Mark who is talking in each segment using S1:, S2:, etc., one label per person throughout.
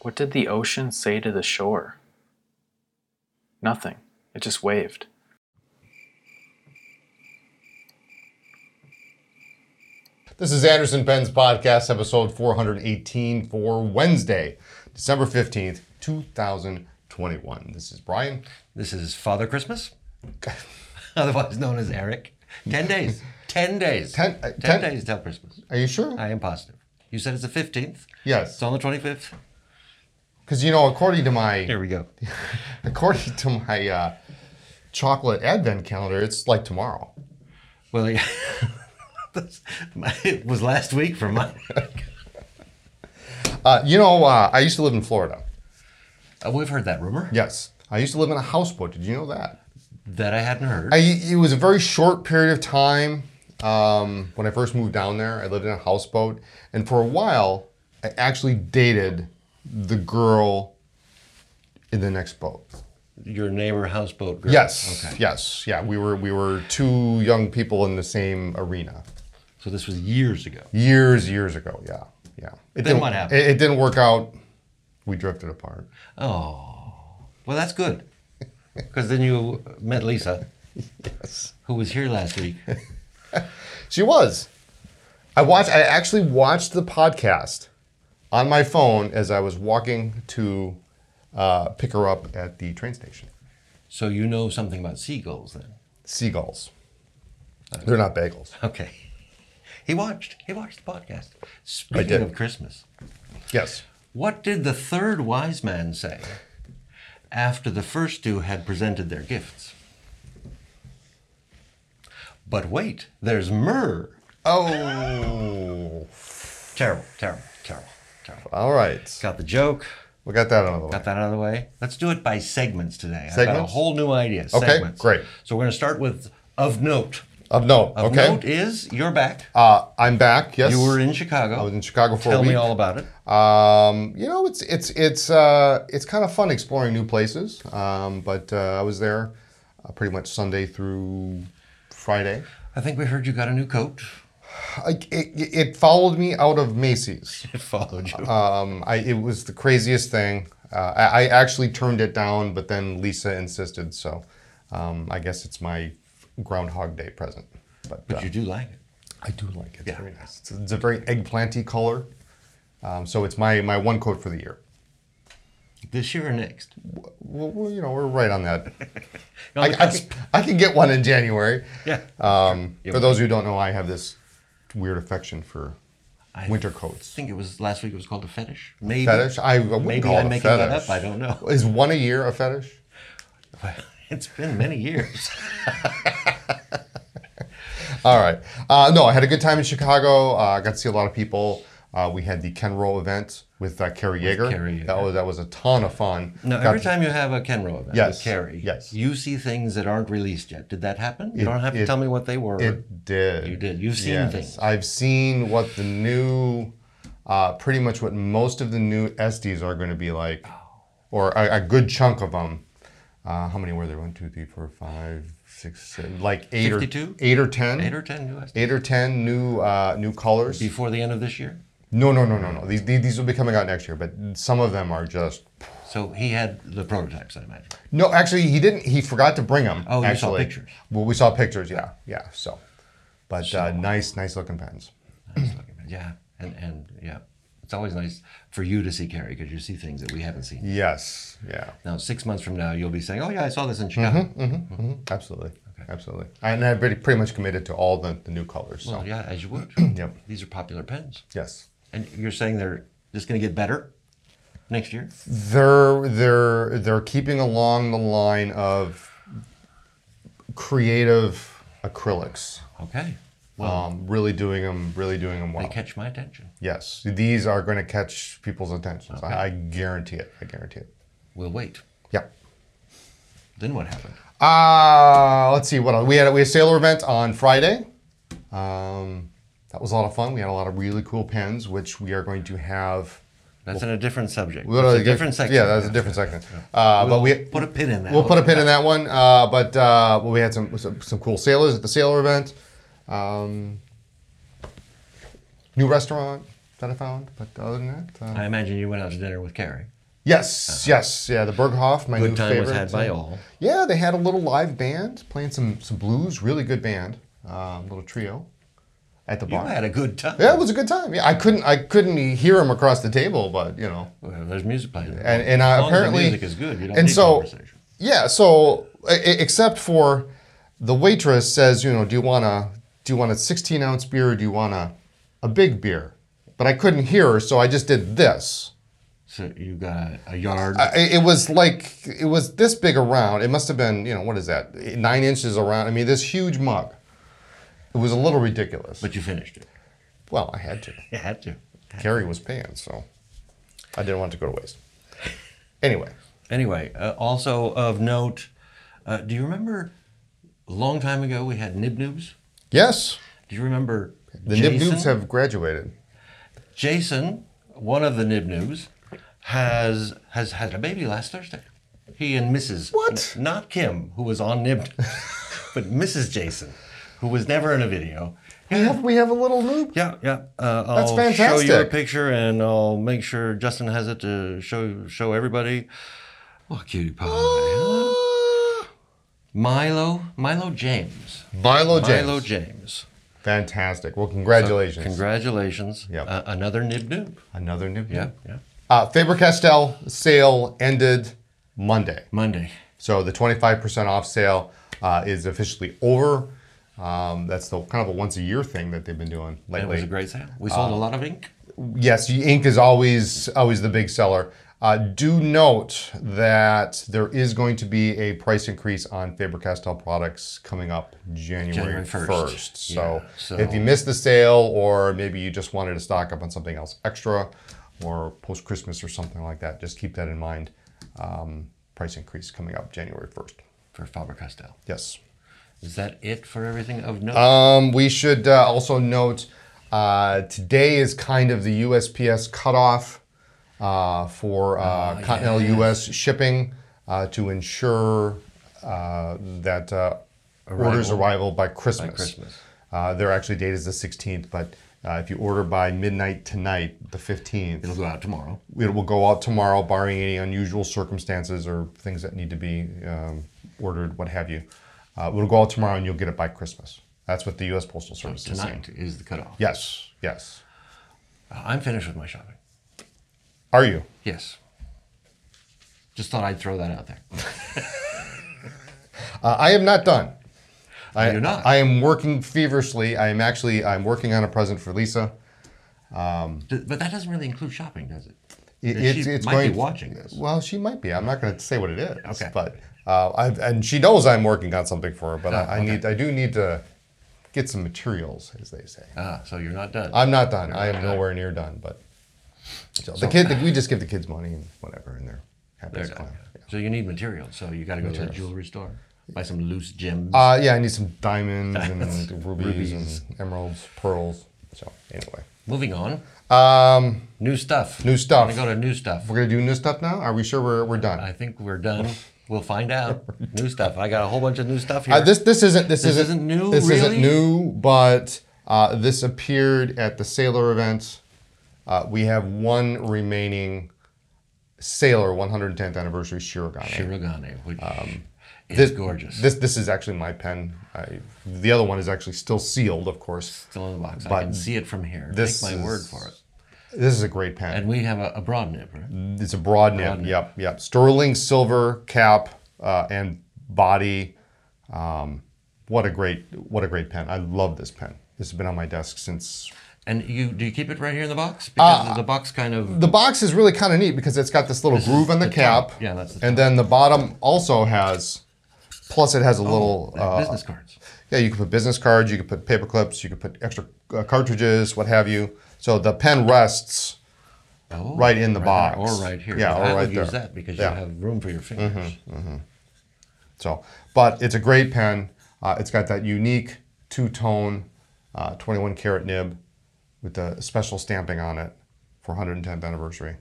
S1: What did the ocean say to the shore? Nothing. It just waved.
S2: This is Anderson Penn's podcast, episode 418 for Wednesday, December 15th, 2021. This is Brian.
S3: This is Father Christmas, otherwise known as Eric. 10 days. 10 days.
S2: Ten- uh,
S3: 10,
S2: ten-
S3: days till Christmas.
S2: Are you sure?
S3: I am positive. You said it's the 15th.
S2: Yes.
S3: It's on the 25th.
S2: Because, you know, according to my
S3: Here we go.
S2: according to my uh, chocolate advent calendar, it's like tomorrow.
S3: Well, yeah. That's- it was last week for mine.
S2: Uh, you know, uh, I used to live in Florida.
S3: Uh, We've heard that rumor
S2: Yes. I used to live in a houseboat. Did you know that?
S3: that I hadn't heard.
S2: I, it was a very short period of time. Um, when I first moved down there, I lived in a houseboat, and for a while, I actually dated the girl in the next boat.
S3: Your neighbor houseboat girl.
S2: Yes,
S3: Okay.
S2: yes, yeah. We were we were two young people in the same arena
S3: So this was years ago.
S2: years, years ago. Yeah, yeah. It
S3: Then
S2: didn't-
S3: what happened?
S2: It, it didn't work out. We drifted apart.
S3: Oh. Well, that's good. Because then you met Lisa,
S2: Yes,
S3: who was here last week.
S2: she was. I watched. I actually watched the podcast on my phone as I was walking to uh, pick her up at the train station.
S3: So you know something about seagulls then.
S2: Seagulls. They're not bagels.
S3: Okay. He watched. He watched the podcast.
S2: I did.
S3: Speaking of Christmas,
S2: Yes.
S3: what did the third wise man say after the first two had presented their gifts? But wait, there's myrrh.
S2: Oh.
S3: Terrible, terrible, terrible, terrible.
S2: All right.
S3: Got the joke.
S2: We got that out of the way.
S3: Got that out of the way. Let's do it by segments today. I've got a
S2: Segments?
S3: whole new idea.
S2: Okay,
S3: segments.
S2: great.
S3: So we're going to start with of note.
S2: Of note.
S3: Of
S2: okay.
S3: note is you're back.
S2: Uh, I'm back. Yes.
S3: you were in Chicago.
S2: I was in Chicago for
S3: Tell
S2: a week.
S3: me all about it.
S2: Um, you know, it's it's it's uh, it's kind of fun exploring new places. Um, but uh, I was there uh, pretty much Sunday through Friday.
S3: I think we heard you got a new coat.
S2: I, it, it followed me out of Macy's.
S3: It followed you.
S2: Um, I, it was the craziest thing. Uh, I, I actually turned it down, but then Lisa insisted. So um, I guess it's my Groundhog Day present. But, uh,
S3: but you do like it.
S2: I do like it. It's
S3: Yeah.
S2: very nice. It's, it's a very eggplanty color. Um, so it's my, my one coat for the year.
S3: This year or next?
S2: Well, well, you know, we're right on that.
S3: On
S2: I,
S3: the
S2: I,
S3: cusp.
S2: can, I can get one in January.
S3: yeah.
S2: Um,
S3: Yeah.
S2: for those who don't know, I have this weird affection for
S3: I
S2: winter coats.
S3: think it was last week. It was called a fetish. Maybe.
S2: Fetish? I, I wouldn't
S3: Maybe
S2: call
S3: I'm
S2: it a
S3: making
S2: fetish.
S3: that up. I don't know.
S2: Is one a year a fetish?
S3: It's been many years.
S2: All right. Uh, no, I had a good time in Chicago. Uh, I got to see a lot of people. Uh, we had the Ken Roll event with uh, Kerry Yeager.
S3: Kerry Yeager.
S2: That was that was a ton of fun.
S3: No,
S2: Got
S3: every
S2: to-
S3: time you have a Kenro event
S2: Yes,
S3: with Carrie,
S2: yes.
S3: you see things that aren't released yet. Did that happen? You
S2: It-
S3: don't have to
S2: it-
S3: tell me what they were.
S2: It did.
S3: You did. You've seen things.
S2: I've seen what the new, uh, pretty much what most of the new SDs are going to be like,
S3: Oh.
S2: or a, a good chunk of them. Uh, how many were there? One, two, three, four, five, six, seven, like eight
S3: 52?
S2: or eight or ten.
S3: Eight or ten new
S2: Eight or ten new uh, new colors.
S3: before the end of this year.
S2: No, no, no, no, no. These, these these will be coming out next year, but some of them are just
S3: So he had the prototypes, I imagine.
S2: no. Actually, he didn't. He forgot to bring them.
S3: Oh, you saw
S2: actually.
S3: pictures.
S2: Well, we saw pictures. Yeah, yeah. So, but uh, nice, nice looking pens.
S3: Nice looking man. yeah, and and yeah, it's always nice for you to see Carrie because you see things that we haven't seen.
S2: Yes. Yeah.
S3: Now, six months from now, you'll be saying, "Oh yeah, I saw this
S2: Mm-hmm,
S3: in Chicago." Mm-hmm.
S2: Absolutely. Absolutely. And I've pretty, pretty much committed to all the, the new colors. So,
S3: Well, Oh, yeah, as you would.
S2: Yep.
S3: These are popular pens,
S2: yes.
S3: and you're saying they're just going to get better next year.
S2: They're they're they're keeping along the line of creative acrylics.
S3: Okay,
S2: um, really doing them really doing them
S3: they
S2: well.
S3: catch my attention.
S2: Yes. These are going to catch people's attentions.
S3: Okay.
S2: I, I guarantee it. I guarantee it.
S3: We'll wait.
S2: Yeah.
S3: Then what happened?
S2: Uh, let's see what else. we had. We had a sailor event on Friday. Um, that was a lot of fun. We had a lot of really cool pens, which we are going to have.
S3: That's in a different subject.
S2: We'll-
S3: That's a different section.
S2: Yeah, that's a different section. Uh, but we
S3: Put a pin in that.
S2: we'll put a pin in that one. Uh, but uh, well, we had some, some some cool sailors at the sailor event. Um, new restaurant that I found. But other than uh, that, uh,
S3: I imagine you went out to dinner with Carrie.
S2: Yes, yes, yeah. The Berghoff, my new
S3: Uh-huh. Good time
S2: favorite.
S3: was had by all.
S2: Yeah, they had a little live band playing some some blues, really good band, um, little trio, at the
S3: You
S2: bar.
S3: had a good time.
S2: yeah, it was a good time. Yeah, I couldn't I couldn't hear him across the table, but you know,
S3: Well, there's music playing.
S2: and and
S3: As
S2: I
S3: long as the
S2: apparently
S3: music is good. You don't
S2: and
S3: need
S2: so
S3: conversation.
S2: yeah, so e- e- except for the waitress says, you know, do you want a do you want a 16 ounce beer or do you want a a big beer? But I couldn't hear her, so I just did this.
S3: So you got a yard.
S2: I- it was like it was this big around. It must have been you know what is that nine inches around. I mean this huge mug. It was a little ridiculous.
S3: But you finished it.
S2: well, I had to.
S3: You had to.
S2: Carrie was paying, so I didn't want it to go to waste. Anyway,
S3: Anyway, uh, also of note, uh, do you remember a long time ago we had Nib Noobs?
S2: yes,
S3: Do you remember
S2: the Nib
S3: Jason?
S2: Noobs have graduated.
S3: Jason, one of the Nib Noobs, has has had a baby last Thursday. He and Mrs.
S2: What?
S3: N- not Kim, who was on Nib, Noobs, but Mrs. Jason, who was never in a video.
S2: We have we have a little noob.
S3: Yeah, yeah. Uh, I'll
S2: That's
S3: show you a
S2: fantastic.
S3: picture, and I'll make sure Justin has it to show show everybody. Oh, cutie pie.
S2: Ah.
S3: Milo, Milo James.
S2: Milo James.
S3: Milo James.
S2: Fantastic. Well, congratulations.
S3: Congratulations.
S2: Yep.
S3: Uh, another nib noob.
S2: Another Nib Noob.
S3: Yeah, yeah.
S2: Uh, Faber Castell sale ended Monday.
S3: Monday.
S2: So the 25% off sale uh, is officially over. Um, that's the kind of a once a year thing that they've been doing
S3: It was a
S2: lately.
S3: great sale. We sold
S2: Uh,
S3: a lot of ink.
S2: Yes, ink is always always the big seller. Uh, do note that there is going to be a price increase on Faber Castell products coming up January,
S3: January 1st.
S2: 1st. So,
S3: Yeah, so-
S2: if you missed the sale, or maybe you just wanted to stock up on something else extra, or post Christmas or something like that, just keep that in mind. Um, price increase coming up January 1st.
S3: for Faber Castell.
S2: Yes.
S3: Is that it for everything of note?
S2: Um, we should uh, also note uh, today is kind of the USPS cutoff uh, for uh, Continental U.S. shipping uh, to ensure uh, that uh, orders arrival by Christmas.
S3: Christmas.
S2: Uh, their actually date is the 16th, but uh, if you order by midnight tonight, the 15th,
S3: It'll go out tomorrow.
S2: it will go out tomorrow, barring any unusual circumstances or things that need to be um, ordered, what have you. Uh, it'll go out tomorrow, and you'll get it by Christmas. That's what the U.S. Postal Service is saying.
S3: Tonight is the cutoff.
S2: Yes, yes.
S3: I'm finished with my shopping.
S2: Are you?
S3: Yes. Just thought I'd throw that out there.
S2: Uh, I am not done. I,
S3: You're not.
S2: I am working feverishly. I am actually. I'm working on a present for Lisa.
S3: D- but that doesn't really include shopping, does it?
S2: It-
S3: she
S2: it's- it's
S3: might
S2: going-
S3: be watching this.
S2: Well, she might be. I'm not going to say what it is.
S3: Okay.
S2: But uh, I've, and she knows I'm working on something for her. But
S3: Ah,
S2: I, I
S3: okay.
S2: need. I do need to get some materials, as they say.
S3: Ah, so you're not done.
S2: I'm not done. I am nowhere near done, but so the kid, we just give the kids money and whatever, and they're happy
S3: They're
S2: as a
S3: done.
S2: clam.
S3: So you need materials. So you got to go to the
S2: Materials.
S3: jewelry store, buy some loose gems.
S2: Uh, yeah, I need some diamonds,
S3: Diamonds.
S2: and rubies, and emeralds, pearls. So anyway,
S3: Moving on.
S2: um,
S3: New stuff.
S2: New stuff.
S3: We're going to go to new stuff.
S2: we're gonna do new stuff now. Are we sure we're, we're done?
S3: I think we're done. We'll find out. new stuff. I got a whole bunch of new stuff here.
S2: Uh, this this isn't this,
S3: This
S2: isn't,
S3: isn't new,
S2: This
S3: really?
S2: isn't new, but uh, this appeared at the Sailor event. Uh, we have one remaining Sailor 110th anniversary Shirogane.
S3: Shirogane, which is
S2: Um, This-
S3: gorgeous.
S2: This this is actually my pen. I, the other one is actually still sealed, of course.
S3: Still in the box. I
S2: but
S3: can see it from here. Take
S2: this
S3: my word
S2: is-
S3: for it.
S2: This is a great pen.
S3: And we have a, a broad nib, right?
S2: it's a broad nib.
S3: Broad nib.
S2: Yep, yep. Sterling silver cap uh, and body. Um, what a great what a great pen. I love this pen. This has been on my desk since.
S3: And you do you keep it right here in the box?
S2: Uh,
S3: Because the box kind of
S2: The box is really kind of neat because it's got this little groove on the, cap.
S3: top. Yeah, that's the
S2: And then the bottom also has. Plus, it has a little
S3: uh,
S2: uh,
S3: business cards.
S2: Yeah, you can put business cards, you can put paper clips, you can put extra uh, cartridges, what have you. So the pen rests.
S3: Oh,
S2: right in the
S3: there,
S2: box.
S3: or right here.
S2: Yeah,
S3: But
S2: or
S3: I
S2: right
S3: would use
S2: there.
S3: that because
S2: Yeah. Mm-hmm.
S3: you have room for your fingers.
S2: So, but it's a great pen. Uh, it's got that unique two-tone, uh, 21 karat nib, with the special stamping on it for 110th anniversary.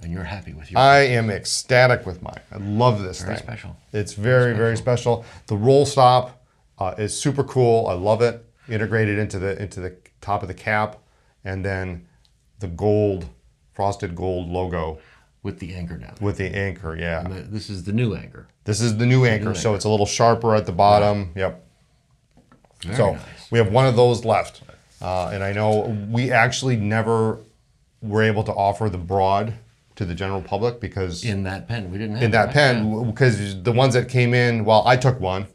S3: And you're happy with your
S2: I am ecstatic with mine. I love this
S3: Very
S2: thing.
S3: special.
S2: It's very, very special. The roll stop uh, is super cool. I love it. Integrated into the into the top of the cap, and then the gold frosted gold logo
S3: with the anchor now.
S2: with the anchor. Yeah,
S3: And This is the new anchor.
S2: this is the new anchor, so it's a little sharper at the bottom. Yep.
S3: Very
S2: so
S3: nice.
S2: we have one of those left, uh, and I know we actually never were able to offer the broad to the general public because
S3: In that pen, we didn't have
S2: in
S3: it,
S2: that
S3: right?
S2: pen because the ones that came in, well, I took one,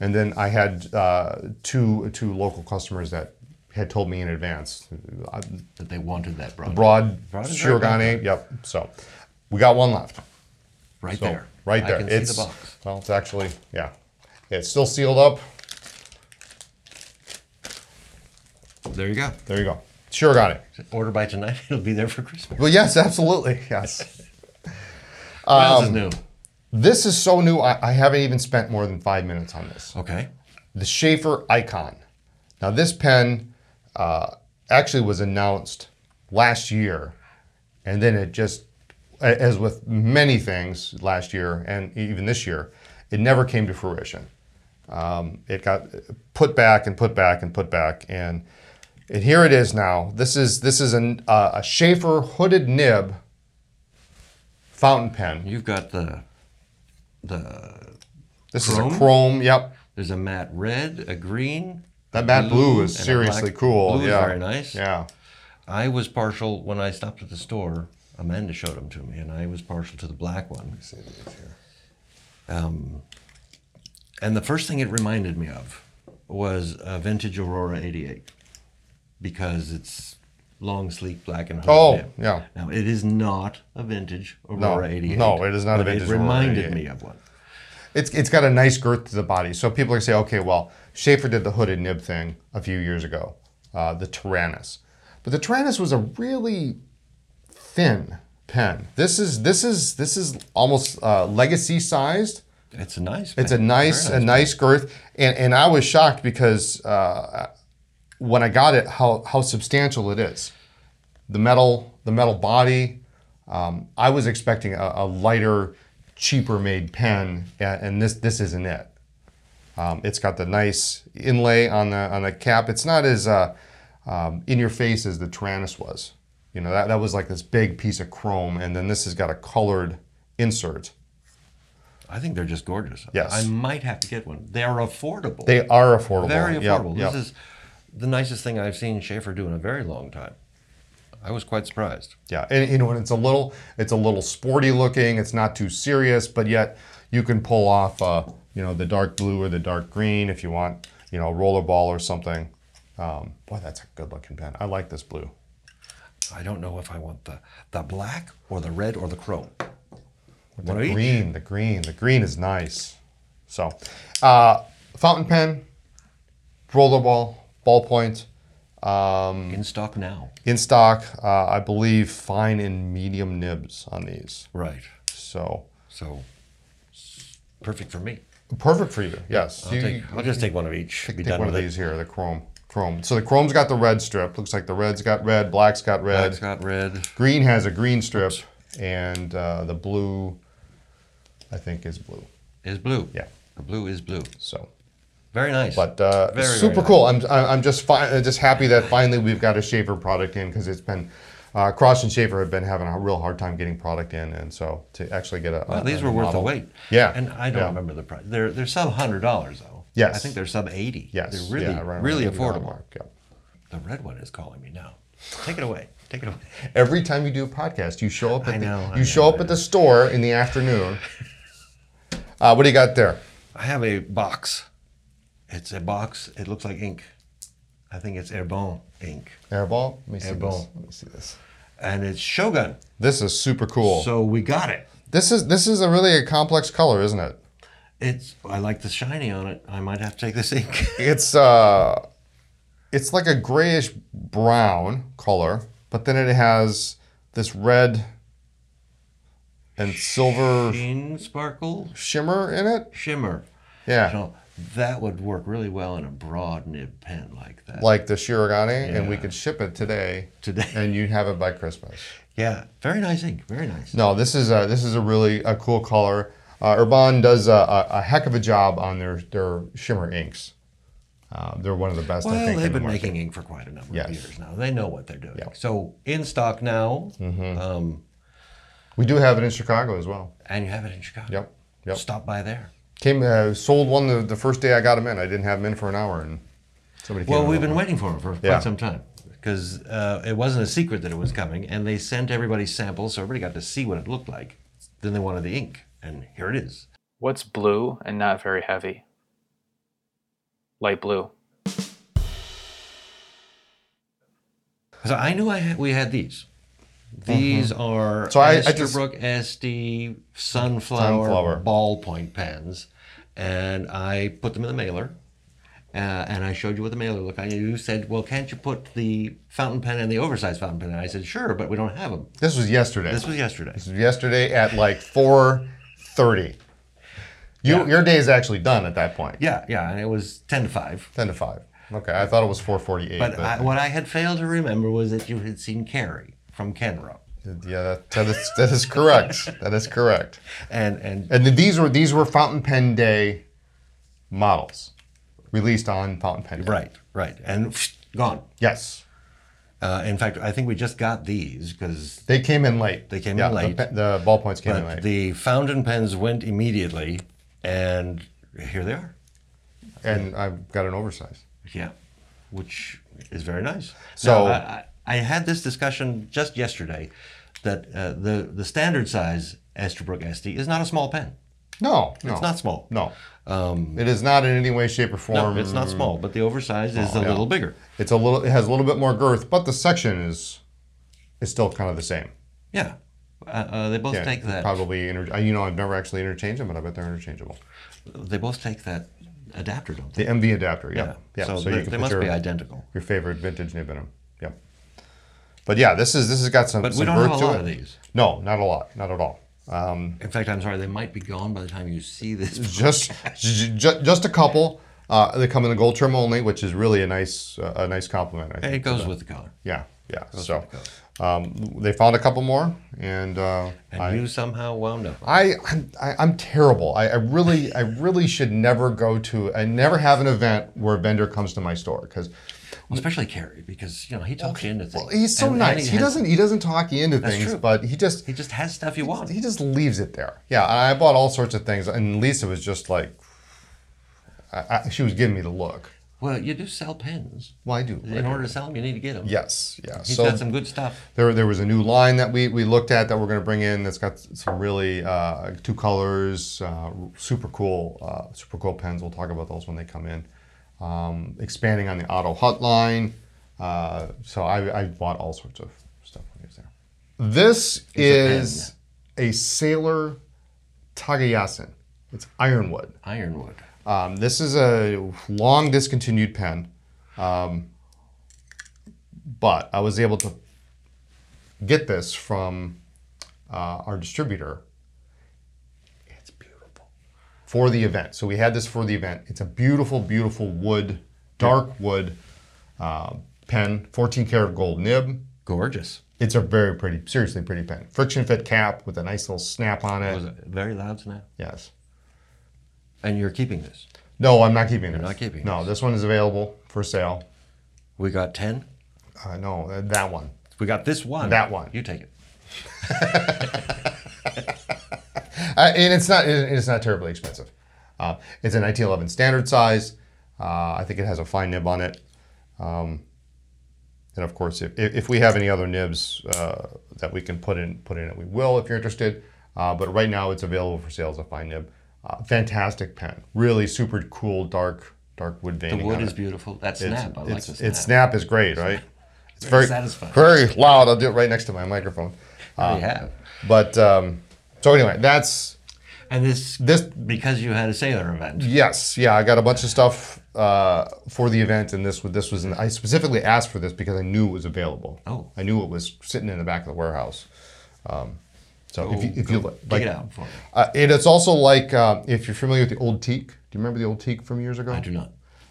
S2: and then I had uh, two two local customers that had told me in advance. Uh,
S3: that they wanted that broad,
S2: Broad,
S3: Broad is right
S2: Shirogane, yep. So we got one left.
S3: right
S2: So,
S3: there,
S2: Right there.
S3: I can
S2: it's
S3: see the box.
S2: well, it's actually yeah, it's still sealed up.
S3: There you go.
S2: There you go. Shirogane.
S3: Order by tonight; it'll be there for Christmas.
S2: Well, yes, absolutely, yes. Um,
S3: What else is new?
S2: this is so new. I, I haven't even spent more than five minutes on this.
S3: Okay,
S2: the Schaefer Icon. Now, this pen uh, actually was announced last year, and then it just, a- as with many things last year and e, even this year, it never came to fruition. Um, it got put back and put back and put back, and and here it is now. This is this is an, uh, a Schaefer hooded nib fountain pen.
S3: you've got the the.
S2: This is
S3: Chrome?
S2: a chrome. Yep,
S3: There's a matte red, a green.
S2: that matte blue, is
S3: and a
S2: seriously
S3: black-
S2: cool.
S3: Blue
S2: yeah,
S3: is very nice.
S2: Yeah.
S3: I was partial when I stopped at the store. Amanda showed them to me, and I was partial to the black one. Um, and the first thing it reminded me of was a vintage Aurora '88 because it's long, sleek, black and hooded.
S2: Oh,
S3: nib.
S2: yeah.
S3: Now it is not a vintage Aurora '88.
S2: no, it is not a
S3: but
S2: vintage
S3: It
S2: Aurora
S3: reminded
S2: 88.
S3: me of one.
S2: It's it's got a nice girth to the body. So people are say, okay, well, Schaefer did the hooded nib thing a few years ago, uh, the Tyrannus, but the Tyrannus was a really thin pen. This is this is this is almost uh, legacy sized.
S3: It's a nice.
S2: It's a
S3: pen,
S2: nice,
S3: very
S2: a nice girth, and and I was shocked because uh, when I got it, how how substantial it is, the metal, the metal body. Um, I was expecting a, a lighter, cheaper made pen, and, and this this isn't it. Um, it's got the nice inlay on the on the cap. It's not as uh, um, in your face as the Tyrannus was. You know that that was like this big piece of chrome, and then this has got a colored insert.
S3: I think they're just gorgeous.
S2: Yes.
S3: I might have to get one. They are affordable.
S2: They are affordable.
S3: very
S2: Yep,
S3: affordable.
S2: yep.
S3: This is the nicest thing I've seen Schaefer do in a very long time. I was quite surprised.
S2: Yeah, and you know, and it's a little, it's a little sporty looking. It's not too serious, but yet you can pull off, uh, you know, the dark blue or the dark green if you want, you know, a rollerball or something. Um, boy, that's a good looking pen. I like this blue.
S3: I don't know if I want the the black or the red or the chrome.
S2: The
S3: One of each.
S2: green, the green, the green is nice. So, uh, fountain pen, rollerball, ballpoint, um,
S3: in stock now.
S2: in stock. Uh, I believe fine and medium nibs on these.
S3: Right.
S2: So
S3: So s- perfect for me.
S2: perfect for you. Yes,
S3: I'll,
S2: You-
S3: take, I'll just take one of each.
S2: Take,
S3: be
S2: take
S3: done
S2: one of
S3: with it.
S2: these here, the chrome. Chrome. So the chrome's got the red strip. Looks like the red's got red, black's got red.
S3: Black's got red.
S2: green has a green strip, and uh, the blue, I think, is blue.
S3: Is blue.
S2: Yeah.
S3: The blue is blue.
S2: So,
S3: Very nice.
S2: but uh,
S3: Very, very
S2: super
S3: nice.
S2: cool. I'm I'm I'm just fi- just happy that finally we've got a Schaefer product in because it's been. Uh, Cross and Schaefer have been having a real hard time getting product in, and so to actually get a,
S3: Well,
S2: a-
S3: these
S2: a
S3: were worth the
S2: model-
S3: wait.
S2: Yeah,
S3: And I don't
S2: yeah.
S3: remember the price. They're they're sub hundred dollars though.
S2: Yes.
S3: I think they're sub eighty.
S2: Yes,
S3: They're really
S2: yeah, around the
S3: really
S2: $80
S3: affordable.
S2: mark, yeah.
S3: The red one is calling me now. Take it away. Take it away.
S2: Every time you do a podcast, you show up at
S3: I
S2: the,
S3: know, I
S2: you show
S3: know,
S2: up
S3: I
S2: at the store in the afternoon. Uh, what do you got there?
S3: I have a box. It's a box. It looks like ink. I think it's Herbon ink,
S2: Airball? Let me see this.
S3: Airball.
S2: Let me see this.
S3: and it's Shogun.
S2: This is super cool.
S3: So we got it.
S2: this is this is a really a complex color, isn't it?
S3: It's. I like the shiny on it. I might have to take this ink.
S2: It's uh it's like a grayish brown color, but then it has this red and silver
S3: Sheen sparkle
S2: shimmer in it.
S3: shimmer.
S2: Yeah.
S3: So that would work really well in a broad nib pen like that.
S2: Like the Shirogane, and we
S3: Yeah.
S2: could ship it today,
S3: Today.
S2: and you'd have it by Christmas.
S3: Yeah. Very nice ink. Very nice.
S2: No, this is a this is a really a cool color. Uh, Urban does a, a, a heck of a job on their their shimmer inks. Uh, they're one of the best. I
S3: Well,
S2: think,
S3: they've
S2: in the
S3: been
S2: market.
S3: making ink for quite a number
S2: Yes.
S3: of years now. They know what they're doing.
S2: Yeah.
S3: So in stock now. Um,
S2: We do have it in Chicago as well.
S3: And you have it in Chicago.
S2: Yep. Yep.
S3: Stop by there.
S2: Came uh, sold one the, the first day I got them in. I didn't have them in for an hour, and somebody. Came
S3: Well,
S2: and
S3: we've
S2: bought
S3: been
S2: one.
S3: waiting for them for
S2: Yeah.
S3: quite some time because uh, it wasn't a secret that it was coming, and they sent everybody samples, so everybody got to see what it looked like. Then they wanted the ink, and here it is.
S1: What's blue and not very heavy? Light blue.
S3: So I knew I had, we had these. These are
S2: Mm-hmm. So
S3: so
S2: I- I just-
S3: Esterbrook SD sunflower,
S2: Sunflower.
S3: ballpoint pens, and I put them in the mailer. Uh, and I showed you what the mailer looked like. and You said, "Well, can't you put the fountain pen and the oversized fountain pen?" And I said, "Sure, but we don't have them."
S2: This was yesterday.
S3: This was yesterday.
S2: This was yesterday at like four thirty. You
S3: Yeah.
S2: your day is actually done at that point.
S3: Yeah, yeah, and it was ten to five.
S2: Ten to five. Okay, I thought it was four forty eight.
S3: But I, what I had failed to remember was that you had seen Carrie from Kenro,
S2: yeah, that, that is that is correct. that is correct.
S3: and and
S2: And these were these were fountain pen day models released on fountain pen. Day.
S3: right, right, and gone.
S2: Yes,
S3: Uh, in fact, I think we just got these because
S2: they came in late.
S3: They came in
S2: yeah,
S3: late.
S2: The, pe- the ballpoints came in
S3: but
S2: late,
S3: the fountain pens went immediately, and here they are.
S2: and I've got an oversized.
S3: Yeah, which is very nice.
S2: So-
S3: So I, I, I had this discussion just yesterday that uh, the the standard size Esterbrook SD is not a small pen.
S2: No, no,
S3: It's not small. Um,
S2: No, it is not in any way, shape, or form.
S3: No, it's not small, but the oversized is a
S2: yeah.
S3: little bigger.
S2: It's a little. It has a little bit more girth, but the section is is still kind of the same.
S3: Yeah, uh, uh, they both
S2: Yeah,
S3: take that.
S2: Probably, inter- you know, I've never actually interchanged them, but I bet they're interchangeable.
S3: They both take that adapter, don't they?
S2: The MV adapter, yeah, yeah.
S3: So, they, they must
S2: your,
S3: be identical.
S2: your favorite vintage nib in them, yeah. But yeah, this is this has got some.
S3: But we
S2: some
S3: don't have a
S2: girth to
S3: lot
S2: it.
S3: of these.
S2: No, not a lot, not at all. Um,
S3: In fact, I'm sorry, they might be gone by the time you see this.
S2: just ju- ju- just a couple. Uh, they come in the gold trim only, which is really a nice uh, a nice compliment. I think.
S3: It goes with the color.
S2: Yeah, yeah. So um, they found a couple more, and uh,
S3: And you somehow wound up.
S2: I, I'm- I I'm terrible. I, I really I really should never go to I never have an event where a vendor comes to my store because
S3: Especially Carrie, because, you know, he talks you into things.
S2: well, he's so
S3: And- and
S2: nice. He
S3: has-
S2: doesn't he doesn't talk you into things,
S3: true.
S2: but he just
S3: He just has stuff you want.
S2: he just leaves it there. Yeah, and I bought all sorts of things, and Lisa was just like, I, I, she was giving me the look.
S3: Well, you do sell pens.
S2: Well, I do.
S3: In order to sell them, you need to get them.
S2: Yes, yeah.
S3: He's
S2: so
S3: got some good stuff.
S2: there, there was a new line that we, we looked at that we're going to bring in that's got some really uh, two colors, uh, super cool, uh, super cool pens. We'll talk about those when they come in. Um, expanding on the Auto Hut line. Uh, so I, I bought all sorts of stuff when he was there. This is
S3: It's
S2: a, Sailor Tagayasin. It's ironwood.
S3: Ironwood.
S2: Um, this is a long discontinued pen, um, but I was able to get this from uh, our distributor. It's beautiful for the event. So we had this for the event. It's a beautiful, beautiful wood, dark wood uh, pen, 14 karat gold nib.
S3: Gorgeous.
S2: It's a very pretty, seriously pretty pen. Friction fit cap with a nice little snap on
S3: It was
S2: it.
S3: a very loud snap.
S2: Yes.
S3: And you're keeping this.
S2: No, I'm not keeping this.
S3: not keeping
S2: No, this one is available for sale.
S3: We got 10.
S2: Uh, no, uh, that one.
S3: We got this one.
S2: That one.
S3: You take it.
S2: Uh, and it's not. and It's not terribly expensive. Uh, it's a 1911 standard size. Uh, I think it has a fine nib on it. Um, and of course, if, if if we have any other nibs uh, that we can put in put in it, we will. If you're interested. Uh, but right now, it's available for sale as a fine nib. Uh, fantastic pen. Really super cool dark dark wood
S3: The
S2: veining.
S3: wood
S2: on
S3: is
S2: it.
S3: beautiful. That snap. I like
S2: it's,
S3: the snap.
S2: its snap is great, right? It's very
S3: satisfying.
S2: very loud. I'll do it right next to my microphone.
S3: We have.
S2: But um, so anyway, that's
S3: And this,
S2: this.
S3: because you had a sailor event.
S2: Yes, yeah, I got a bunch of stuff uh, for the event, and this was this was. An, I specifically asked for this because I knew it was available.
S3: Oh.
S2: I knew it was sitting in the back of the warehouse. Um, so if you if you li-
S3: Dig
S2: like,
S3: it out for me.
S2: Uh, and it's also like uh, if you're familiar with the old teak. Do you remember the old teak from years ago?
S3: I do not.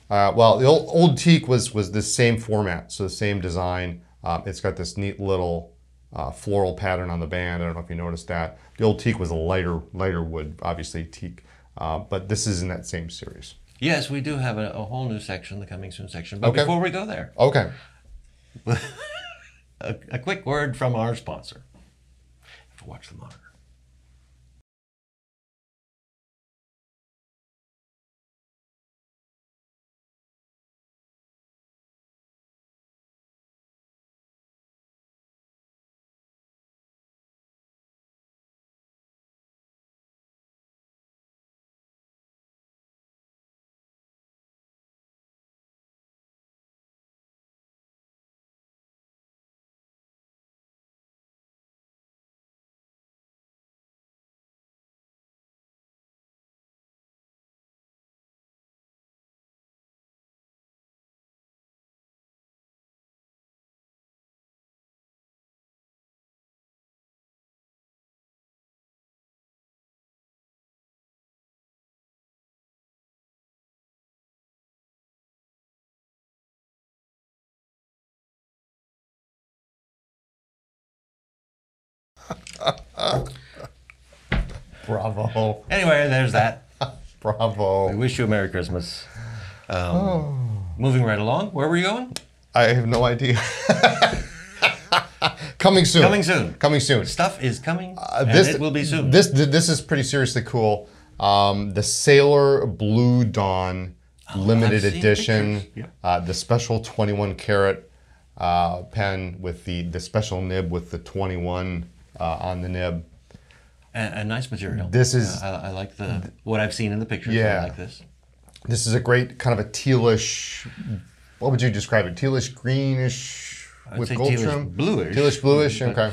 S2: Uh, well, the old, old teak was was the same format, so the same design. Um, it's got this neat little uh, floral pattern on the band. I don't know if you noticed that. The old teak was a lighter lighter wood, obviously teak, uh, but this is in that same series.
S3: Yes, we do have a, a whole new section, the coming soon section. But
S2: Okay.
S3: before we go there,
S2: Okay.
S3: a, a quick word from our sponsor. to watch the monitor.
S2: Bravo.
S3: Anyway, there's that. I
S2: Bravo.
S3: wish you a Merry Christmas. Um,
S2: Oh.
S3: Moving right along. Where were you going?
S2: I have no idea. Coming soon.
S3: Coming soon.
S2: Coming soon.
S3: Stuff is coming,
S2: Uh,
S3: and it will be soon.
S2: This this is pretty seriously cool. Um, the Sailor Blue Dawn limited
S3: Oh, I've seen
S2: edition,
S3: pictures. Yep.
S2: uh, the special 21 karat uh, pen with the the special nib with the 21 uh, on the nib.
S3: a, a nice material.
S2: This is-
S3: I, I like the what I've seen in the pictures.
S2: Yeah.
S3: I like this.
S2: This is a great kind of a tealish. What would you describe it? Tealish greenish
S3: I'd
S2: with
S3: say
S2: gold
S3: tealish
S2: trim.
S3: bluish, Mm-hmm.
S2: Tealish bluish.
S3: but-
S2: Okay.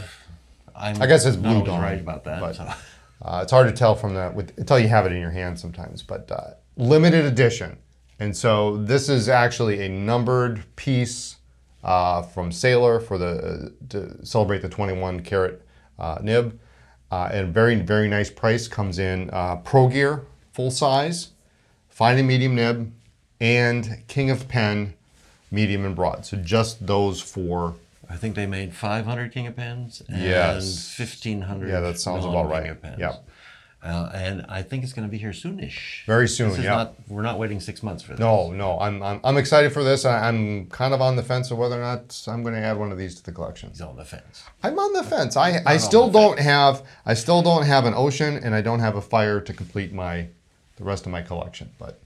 S3: I'm
S2: I guess it's
S3: not
S2: blue
S3: always
S2: dawn.
S3: right about that.
S2: but,
S3: so.
S2: uh, it's hard to tell from the with, until you have it in your hand sometimes. But uh, limited edition, and so this is actually a numbered piece uh, from Sailor for the uh, to celebrate the 21 karat uh, nib, uh, and very very nice price comes in uh, Pro Gear full size, fine and medium nib, and King of Pen, medium and broad. So just those four
S3: I think they made 500 King of Pens and
S2: Yes.
S3: 1,500.
S2: Yeah, that sounds about
S3: non-King
S2: right.
S3: of Pens.
S2: Yep.
S3: Uh, and I think it's going to be here soonish.
S2: Very soon,
S3: This is
S2: yeah.
S3: Not, we're not waiting six months for this.
S2: No, no, I'm, I'm, I'm excited for this. I, I'm kind of on the fence of whether or not I'm going to add one of these to the collection.
S3: He's on the fence.
S2: I'm on the fence. I, I still don't have I still don't have an ocean and I don't have a fire to complete my the rest of my collection. But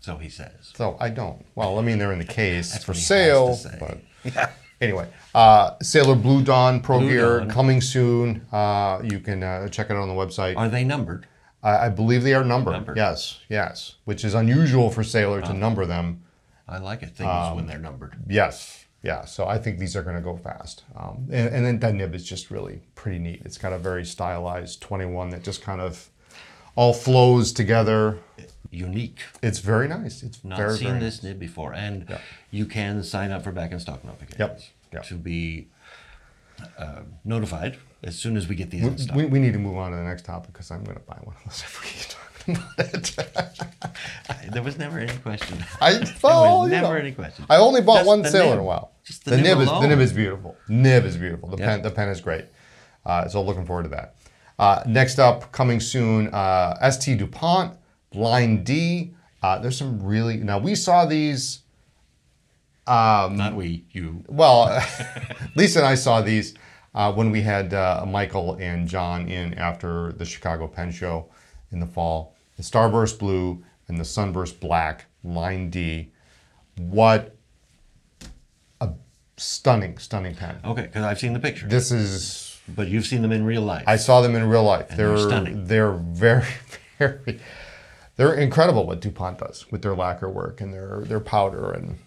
S3: So he says.
S2: so I don't. Well, I mean they're in the case
S3: That's
S2: for
S3: what he has
S2: sale.
S3: to say.
S2: But anyway, uh, Sailor Blue Dawn Pro
S3: Blue
S2: Gear
S3: Dawn.
S2: coming soon. Uh, you can uh, check it out on the website.
S3: Are they numbered?
S2: I, I believe they are numbered.
S3: Numbered.
S2: Yes, yes, which is unusual for Sailor to number them.
S3: I like it things
S2: Um,
S3: when they're numbered.
S2: Yes, yeah. So I think these are going to go fast. Um, and, and then that nib is just really pretty neat. It's got a very stylized 21 that just kind of all flows together.
S3: Unique.
S2: It's very nice. It's
S3: Not
S2: very,
S3: seen
S2: very
S3: this nib before. And you can sign up for back in stock notifications
S2: Yep, yep.
S3: to be uh, notified as soon as we get these in
S2: nice.
S3: stock.
S2: We, we need to move on to the next topic because I'm going to buy one of those if we keep talking about it.
S3: there was never any question.
S2: I
S3: There
S2: well,
S3: was
S2: you
S3: never
S2: know,
S3: any question.
S2: I only bought
S3: Just
S2: one
S3: the
S2: sailor in
S3: nib.
S2: a while.
S3: Just the nib
S2: is the nib
S3: alone.
S2: is beautiful. Nib is beautiful. The
S3: Yeah.
S2: pen the pen is great. Uh, so looking forward to that. Uh, next up, coming soon, uh, St Dupont Line D. Uh, there's some really now we saw these.
S3: Not we, you.
S2: Well, Lisa and I saw these uh, when we had uh, Michael and John in after the Chicago Pen Show in the fall. The Starburst Blue and the Sunburst Black Line D. What a stunning, stunning pen!
S3: Okay, because I've seen the picture.
S2: This is
S3: but you've seen them in real life.
S2: I saw them in real life.
S3: they're
S2: they're
S3: stunning.
S2: they're very very they're incredible what DuPont does with their lacquer work and their their powder and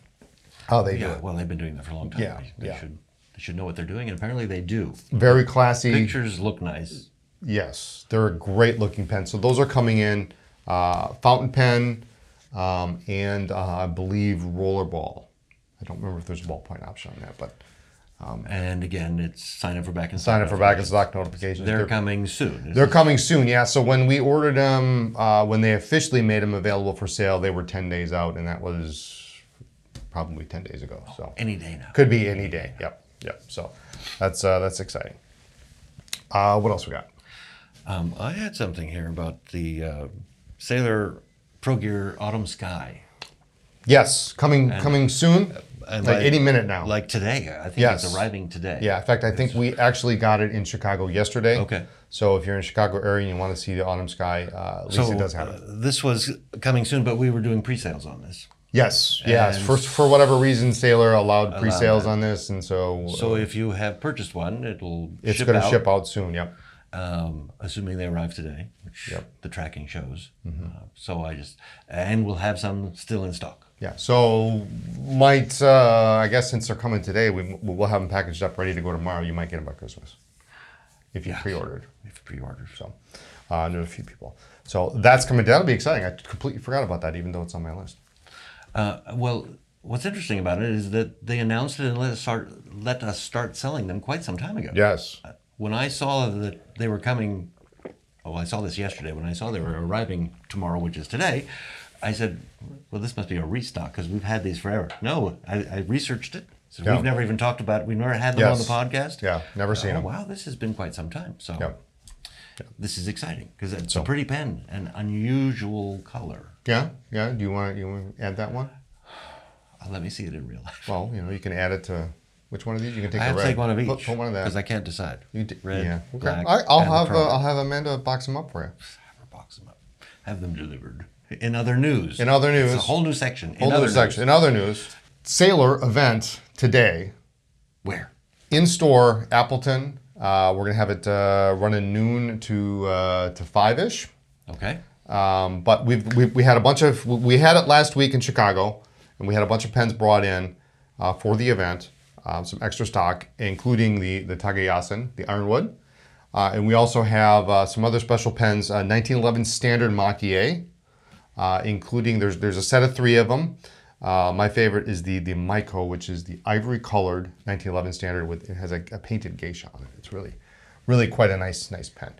S2: how they do
S3: yeah,
S2: it.
S3: well, they've been doing that for a long time.
S2: Yeah,
S3: They- they
S2: yeah.
S3: should they should know what they're doing, and apparently they do.
S2: Very classy.
S3: Pictures look nice.
S2: Yes, they're a great looking pen. So those are coming in uh, fountain pen um, and uh, I believe rollerball. I don't remember if there's a ballpoint option on that, but
S3: And again, it's sign up for back and
S2: sign up for back and stock notifications.
S3: They're coming soon.
S2: They're coming soon, yeah. So when we ordered them, uh, when they officially made them available for sale, they were 10 days out, and that was probably 10 days ago. So
S3: any day now.
S2: could be any day. Yep, yep. So that's uh, that's exciting. Uh, what else we got?
S3: Um, I had something here about the uh, Sailor Pro Gear Autumn Sky.
S2: Yes, coming coming soon.
S3: and
S2: like
S3: like-
S2: any minute now.
S3: Like today, I think
S2: Yes.
S3: it's arriving today.
S2: yeah, in fact, I think we actually got it in Chicago yesterday.
S3: Okay.
S2: So if you're in Chicago area and you want to see the autumn sky, uh, at least
S3: So
S2: it does have it.
S3: uh, this was coming soon, but we were doing pre-sales on this.
S2: Yes, yes.
S3: and-
S2: First, for whatever reason, Sailor allowed pre-sales on this, and so,
S3: So if you have purchased one, it'll
S2: it's
S3: ship
S2: going to
S3: out,
S2: ship out soon. Yep.
S3: um, assuming they arrive today, which the tracking shows.
S2: Mm-hmm.
S3: Uh, so I just and we'll have some still in stock.
S2: Yeah. So might uh, I guess since they're coming today, we we'll have them packaged up, ready to go tomorrow. You might get them by Christmas if you pre-ordered.
S3: If pre-orders,
S2: So uh, I know a few people. So that's coming. That'll be exciting. I completely forgot about that, even though it's on my list.
S3: uh, well, what's interesting about it is that they announced it and let us start let us start selling them quite some time ago.
S2: Yes.
S3: When I saw that they were coming, oh, I saw this yesterday. When I saw they were arriving tomorrow, which is today, I said, "Well, this must be a restock because we've had these forever." No, I, I researched it. So
S2: Yeah.
S3: We've never even talked about. We've never had them
S2: Yes.
S3: on the podcast.
S2: Yeah. Never seen
S3: Oh,
S2: them.
S3: wow, this has been quite some time. So
S2: Yeah.
S3: this is exciting because it's a pretty pen, an unusual color.
S2: Yeah. Yeah. Do you want you want to add that one?
S3: Uh, let me see it in real life.
S2: Well, you know, you can add it to which one of these. You can take
S3: I
S2: the
S3: have to
S2: red.
S3: take one of each
S2: Put, put one of that.
S3: because I can't decide.
S2: You d-
S3: red,
S2: yeah. Okay.
S3: black.
S2: I, I'll
S3: and the
S2: have uh,
S3: purple.
S2: I'll have Amanda box them up for you.
S3: Have her box them up. Have them delivered. In other news.
S2: In other
S3: It's a
S2: news.
S3: whole new section.
S2: Whole
S3: in other
S2: other section. In other news, Sailor event today
S3: News. Where?
S2: in store Appleton. Uh, we're gonna have it uh, running noon to uh, to five ish.
S3: Okay.
S2: Um, but we've, we we had a bunch of we- we had it last week in Chicago, and we had a bunch of pens brought in uh, for the event, um, some extra stock, including the the Tagayasen, the Ironwood, uh, and we also have uh, some other special pens, uh, 1911 Standard Mach-E, uh, including there's there's a set of three of them. Uh, my favorite is the the Myco, which is the ivory colored 1911 standard with it has a, a painted geisha on it. It's really, really quite a nice nice pen.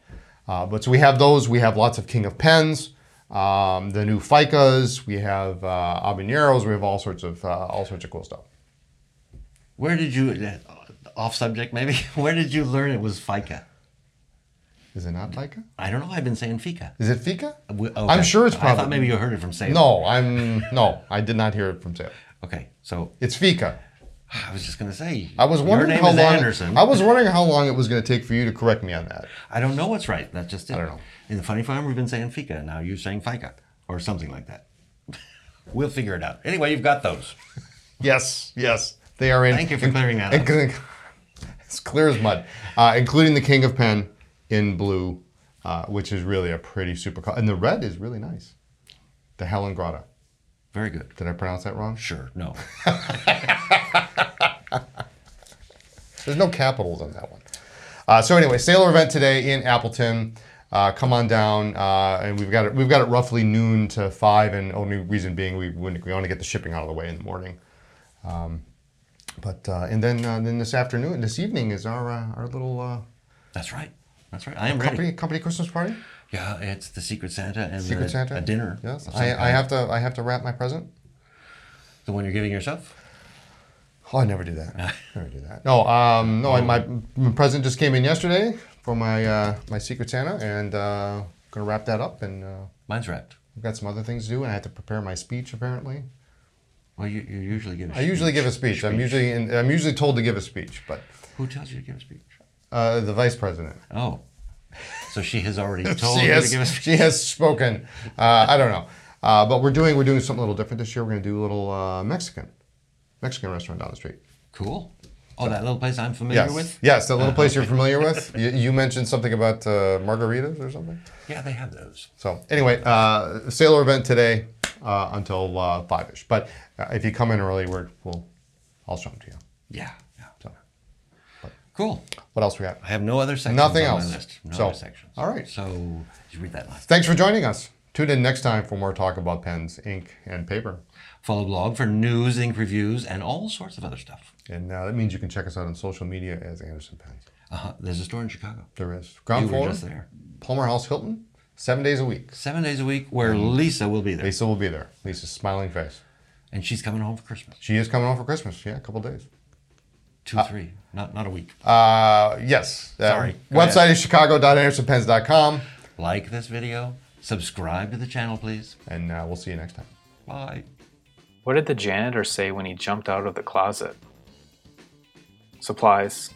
S2: Uh, but so we have those. We have lots of King of Pens, um, the new Ficas. We have uh, Habaneros. We have all sorts of uh, all sorts of cool stuff.
S3: Where did you? uh, Off subject, maybe. Where did you learn it was FICA?
S2: Is it not Fica?
S3: I don't know. I've been saying FICA. Uh,
S2: Is it Fica?
S3: We- okay.
S2: I'm sure it's
S3: I
S2: probably.
S3: thought maybe you heard it from Salem.
S2: No, I'm no. I did not hear it from Sam.
S3: Okay. So
S2: It's Fica.
S3: I was just gonna say.
S2: I was wondering
S3: your name
S2: how
S3: is
S2: long.
S3: Anderson.
S2: I was wondering how long it was going to take for you to correct me on that.
S3: I don't know what's right. That's just it. I
S2: don't know.
S3: In the funny farm, we've been saying Fika, and now you're saying Fika, or something like that. we'll figure it out. Anyway, you've got those.
S2: Yes, yes, they are in.
S3: Thank you for clearing that up.
S2: in- It's clear as mud, uh, including the King of Pen in blue, uh, which is really a pretty super color, and the red is really nice. The Helen Grata.
S3: Very good.
S2: Did I pronounce that wrong?
S3: Sure. No.
S2: There's no capitals on that one. Uh, so anyway, sailor event today in Appleton. Uh, come on down, uh, and we've got it. We've got it roughly noon to five, and only reason being we wouldn't- we want to get the shipping out of the way in the morning. Um, but uh, and then uh, then this afternoon, this evening is our uh, our little uh,
S3: That's right. That's right. I am ready.
S2: company company Christmas party.
S3: Yeah, it's the Secret Santa and
S2: Secret
S3: the,
S2: Santa
S3: a dinner.
S2: Yes,
S3: of some
S2: I, I
S3: kind.
S2: have to I have to wrap my present.
S3: the one you're giving yourself.
S2: Oh, I never do that. never do that. No, um, no. I, my, my present just came in yesterday for my uh, my Secret Santa, and uh, gonna wrap that up. And uh,
S3: Mine's wrapped.
S2: I've got some other things to do, and I have to prepare my speech. Apparently,
S3: Well, you, you usually give. A
S2: I usually give a speech. I'm usually in, I'm usually told to give a speech, but
S3: Who tells you to give a speech?
S2: uh, the vice president.
S3: Oh, so she has already told
S2: she
S3: you
S2: has
S3: to give a speech.
S2: she has spoken. Uh, I don't know, uh, but we're doing we're doing something a little different this year. We're gonna do a little uh, Mexican Mexican restaurant down the street.
S3: Cool. Oh, that little place I'm familiar
S2: Yes,
S3: with.
S2: yes, that little place you're familiar with. You, you mentioned something about uh, margaritas or something.
S3: Yeah, they have those.
S2: So anyway, uh, sailor event today uh, until uh, five-ish. But uh, if you come in early, we're, we'll I'll show them to you.
S3: Yeah. yeah.
S2: So
S3: Cool.
S2: what else we got?
S3: I have no other sections.
S2: Nothing
S3: on my
S2: else.
S3: list. No
S2: So,
S3: other sections.
S2: all right.
S3: So did you read that last.
S2: Thanks for joining us. Tune in next time for more talk about pens, ink, and paper.
S3: Follow blog for news, ink reviews, and all sorts of other stuff.
S2: And uh, that means you can check us out on social media as Anderson Pens.
S3: Uh-huh. There's a store in Chicago.
S2: There is ground
S3: you were
S2: floor,
S3: just there.
S2: Palmer House Hilton, seven days a week.
S3: Seven days a week, where Lisa will be there,
S2: Lisa will be there. Lisa's smiling face.
S3: and she's coming home for Christmas.
S2: She is coming home for Christmas. Yeah, a couple days.
S3: Two, three, not not a week.
S2: Uh, yes. Uh,
S3: Sorry. Go
S2: website is chicago.andersonpens.com,
S3: like this video, subscribe to the channel, please.
S2: and uh, we'll see you next time.
S3: Bye.
S1: What did the janitor say when he jumped out of the closet? Supplies.